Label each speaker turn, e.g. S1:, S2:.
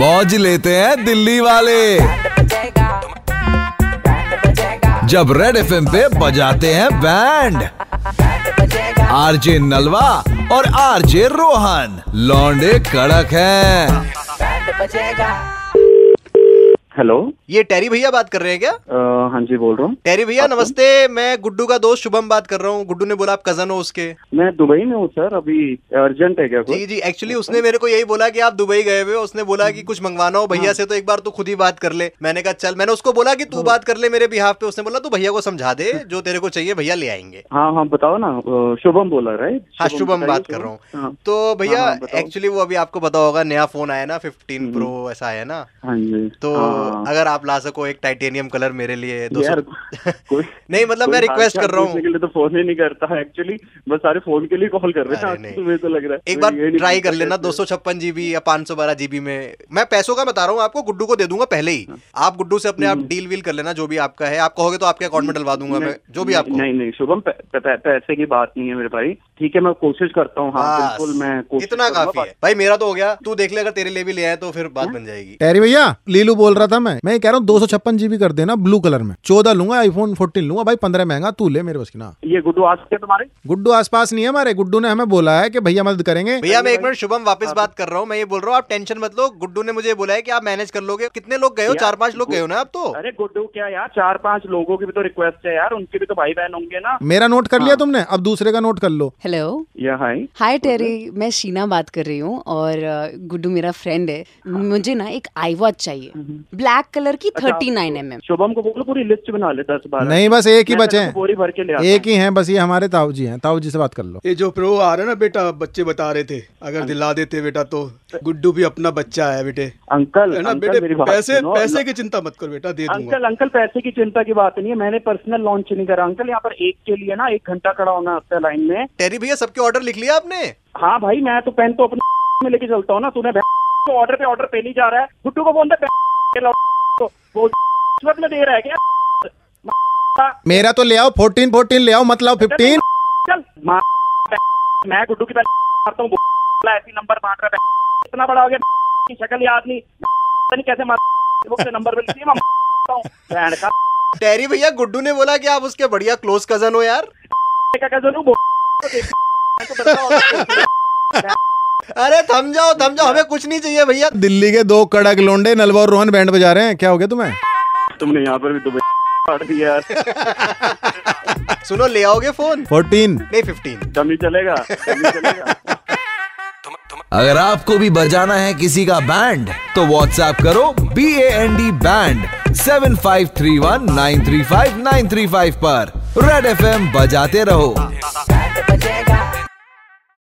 S1: मौज लेते हैं दिल्ली वाले जब रेड एफ पे बजाते हैं बैंड आरजे नलवा और आरजे रोहन लौंडे कड़क हैं
S2: हेलो
S3: ये टेरी भैया बात कर रहे हैं क्या
S2: अ, हाँ जी बोल रहा हूँ
S3: टेरी भैया नमस्ते मैं गुड्डू का दोस्त शुभम बात कर रहा हूँ गुड्डू ने बोला आप कजन हो उसके
S2: मैं दुबई में हूँ सर अभी अर्जेंट है क्या
S3: जी
S2: कुछ
S3: जी एक्चुअली उसने मेरे को यही बोला कि आप दुबई गए हुए हो उसने बोला
S2: हम्म।
S3: कि कुछ मंगवाना हो
S2: हाँ।
S3: भैया से तो एक बार तू खुद ही बात कर ले मैंने कहा चल मैंने उसको बोला कि तू बात कर ले मेरे बिहाफ पे उसने बोला तू भैया को समझा दे जो तेरे को चाहिए भैया ले आएंगे
S2: हाँ हाँ बताओ ना अ, शुभम बोला राइट
S3: हाँ
S2: बताइए,
S3: शुभम बात कर
S2: शुभम।
S3: रहा हूँ
S2: हाँ।
S3: तो भैया
S2: हाँ, हाँ, बताओ।
S3: एक्चुअली वो अभी आपको पता होगा नया फोन आया ना फिफ्टीन प्रो ऐसा आया ना
S2: हाँ जी
S3: तो
S2: हाँ, हाँ।
S3: अगर आप ला सको एक टाइटेनियम कलर मेरे लिए दो
S2: यार कोई
S3: नहीं मतलब
S2: कोई
S3: मैं रिक्वेस्ट
S2: हाल
S3: कर रहा
S2: पूछने
S3: हूँ
S2: के लिए तो फोन ही नहीं करता एक्चुअली बस सारे फोन के लिए कॉल कर रहे
S3: अरे
S2: हैं
S3: नहीं।
S2: आज तुम्हें तो लग रहा है
S3: एक बार
S2: ये नहीं
S3: ट्राई कर
S2: पूछा
S3: लेना
S2: कैसे।
S3: दो सौ छप्पन जीबी या पाँच सौ बारह जीबी में मैं पैसों का बता रहा हूँ आपको गुड्डू को दे दूंगा पहले ही
S2: हाँ।
S3: आप गुड्डू से अपने आप डील वील कर लेना जो भी आपका है आप कहोगे तो आपके अकाउंट में डलवा दूंगा मैं जो भी आपको
S2: हम्म। नहीं नहीं शुभम पै- पै- पै- पैसे की बात नहीं है मेरे भाई ठीक है मैं कोशिश करता हूँ हाँ
S3: बस,
S2: बिल्कुल मैं कोशिश
S3: इतना
S2: करूंगा,
S3: काफी
S2: बाकी- हाँ।
S3: है भाई मेरा तो हो गया तू देख ले अगर तेरे लिए भी ले आए तो फिर बात बन जाएगी
S4: टेरी भैया लीलू बोल रहा था मैं मैं ये कह रहा हूँ दो सौ छप्पन जीबी कर देना ब्लू कलर में चौदह लूंगा आईफोन फोर्टीन लूंगा भाई पंद्रह महंगा तू ले मेरे बस की ना
S2: ये गुड्डू आज के तुम्हारे
S4: गुड्डू आसपास नहीं है हमारे गुड्डू ने हमें बोला है कि भैया मदद करेंगे
S3: भैया मैं एक मिनट शुभम वापस
S2: हाँ।
S3: बात कर रहा हूँ मैं ये बोल रहा हूँ आप टेंशन मत लो गुड्डू ने मुझे बोला है कि आप मैनेज कर लोगे कितने लोग गए हो
S2: यार,
S3: चार पांच लोग गए हो ना आप तो
S2: अरे गुड्डू क्या यार चार पांच लोगों की भी तो रिक्वेस्ट है यार उनके भी तो भाई बहन होंगे ना
S4: मेरा नोट कर लिया तुमने अब दूसरे का नोट कर लो
S5: हेलो
S2: या हाय
S5: हाय टेरी मैं शीना बात कर रही हूँ और अ, गुड्डू मेरा फ्रेंड है मुझे ना एक आई वॉच चाहिए ब्लैक कलर की thirty nine M M
S2: Shubham को बोलो पूरी लिस्ट बना ले दस बारह
S4: नहीं बस एक ही
S2: मैं
S4: बचे
S2: तेरे को बोरी भर के ले
S4: हैं
S2: आता
S4: एक ही हैं बस ये हमारे ताऊ जी हैं ताऊ जी से बात कर लो
S6: ये जो प्रो आ रहा है ना बेटा बच्चे बता रहे थे
S2: हाँ।
S6: अगर दिला देते बेटा तो गुड्डू भी अपना बच्चा है बेटे
S2: अंकल
S6: है ना
S2: अंकल
S6: बेटे
S2: मेरी बात
S6: पैसे
S2: सुनो।
S6: पैसे की चिंता मत कर बेटा दे दूंगा
S2: अंकल अंकल पैसे की चिंता की बात नहीं है मैंने पर्सनल लॉन्च नहीं करा अंकल यहाँ पर एक के लिए ना एक घंटा खड़ा होना होता है लाइन में
S3: टेरी भैया सबके ऑर्डर लिख लिया आपने
S2: हाँ भाई मैं तो पेन तो अपने में लेके चलता हूँ ना तूने ऑर्डर पे ऑर्डर पे नहीं जा रहा है गुड्डू को बोलता है, "भैं- के लौट- को बोल रिश्वत में दे रहा है क्या
S4: मेरा तो ले आओ फोर्टीन फोर्टीन ले आओ मतलब फिफ्टीन
S2: चल मार, भैं- मैं गुड्डू की पहले मारता हूँ बोला ऐसी नंबर बांट रहा है भैं- इतना बड़ा हो गया भैं- की शक्ल याद नहीं पता नहीं कैसे मार वो नंबर मिलती है मैं मारता हूँ भैं का
S3: टेरी भैया गुड्डू ने बोला कि आप उसके बढ़िया क्लोज कजन हो यार
S2: का कजन हूँ बोल- तो देख- मैं तो डरता हूँ।
S3: अरे थम जाओ थम जाओ हमें कुछ नहीं चाहिए भैया
S4: दिल्ली के दो कड़क लोंडे नलवा और रोहन बैंड बजा रहे हैं क्या हो गया तुम्हें
S2: तुमने यहाँ पर भी दुबई काट दिया यार
S3: सुनो ले आओगे फोन
S4: फोर्टीन
S3: नहीं फिफ्टीन
S2: डमी चलेगा डमी चलेगा
S1: अगर आपको भी बजाना है किसी का बैंड तो व्हाट्सएप करो B A N D band seven five three one nine three five nine three five पर रेड एफ बजाते रहो
S5: बजेगा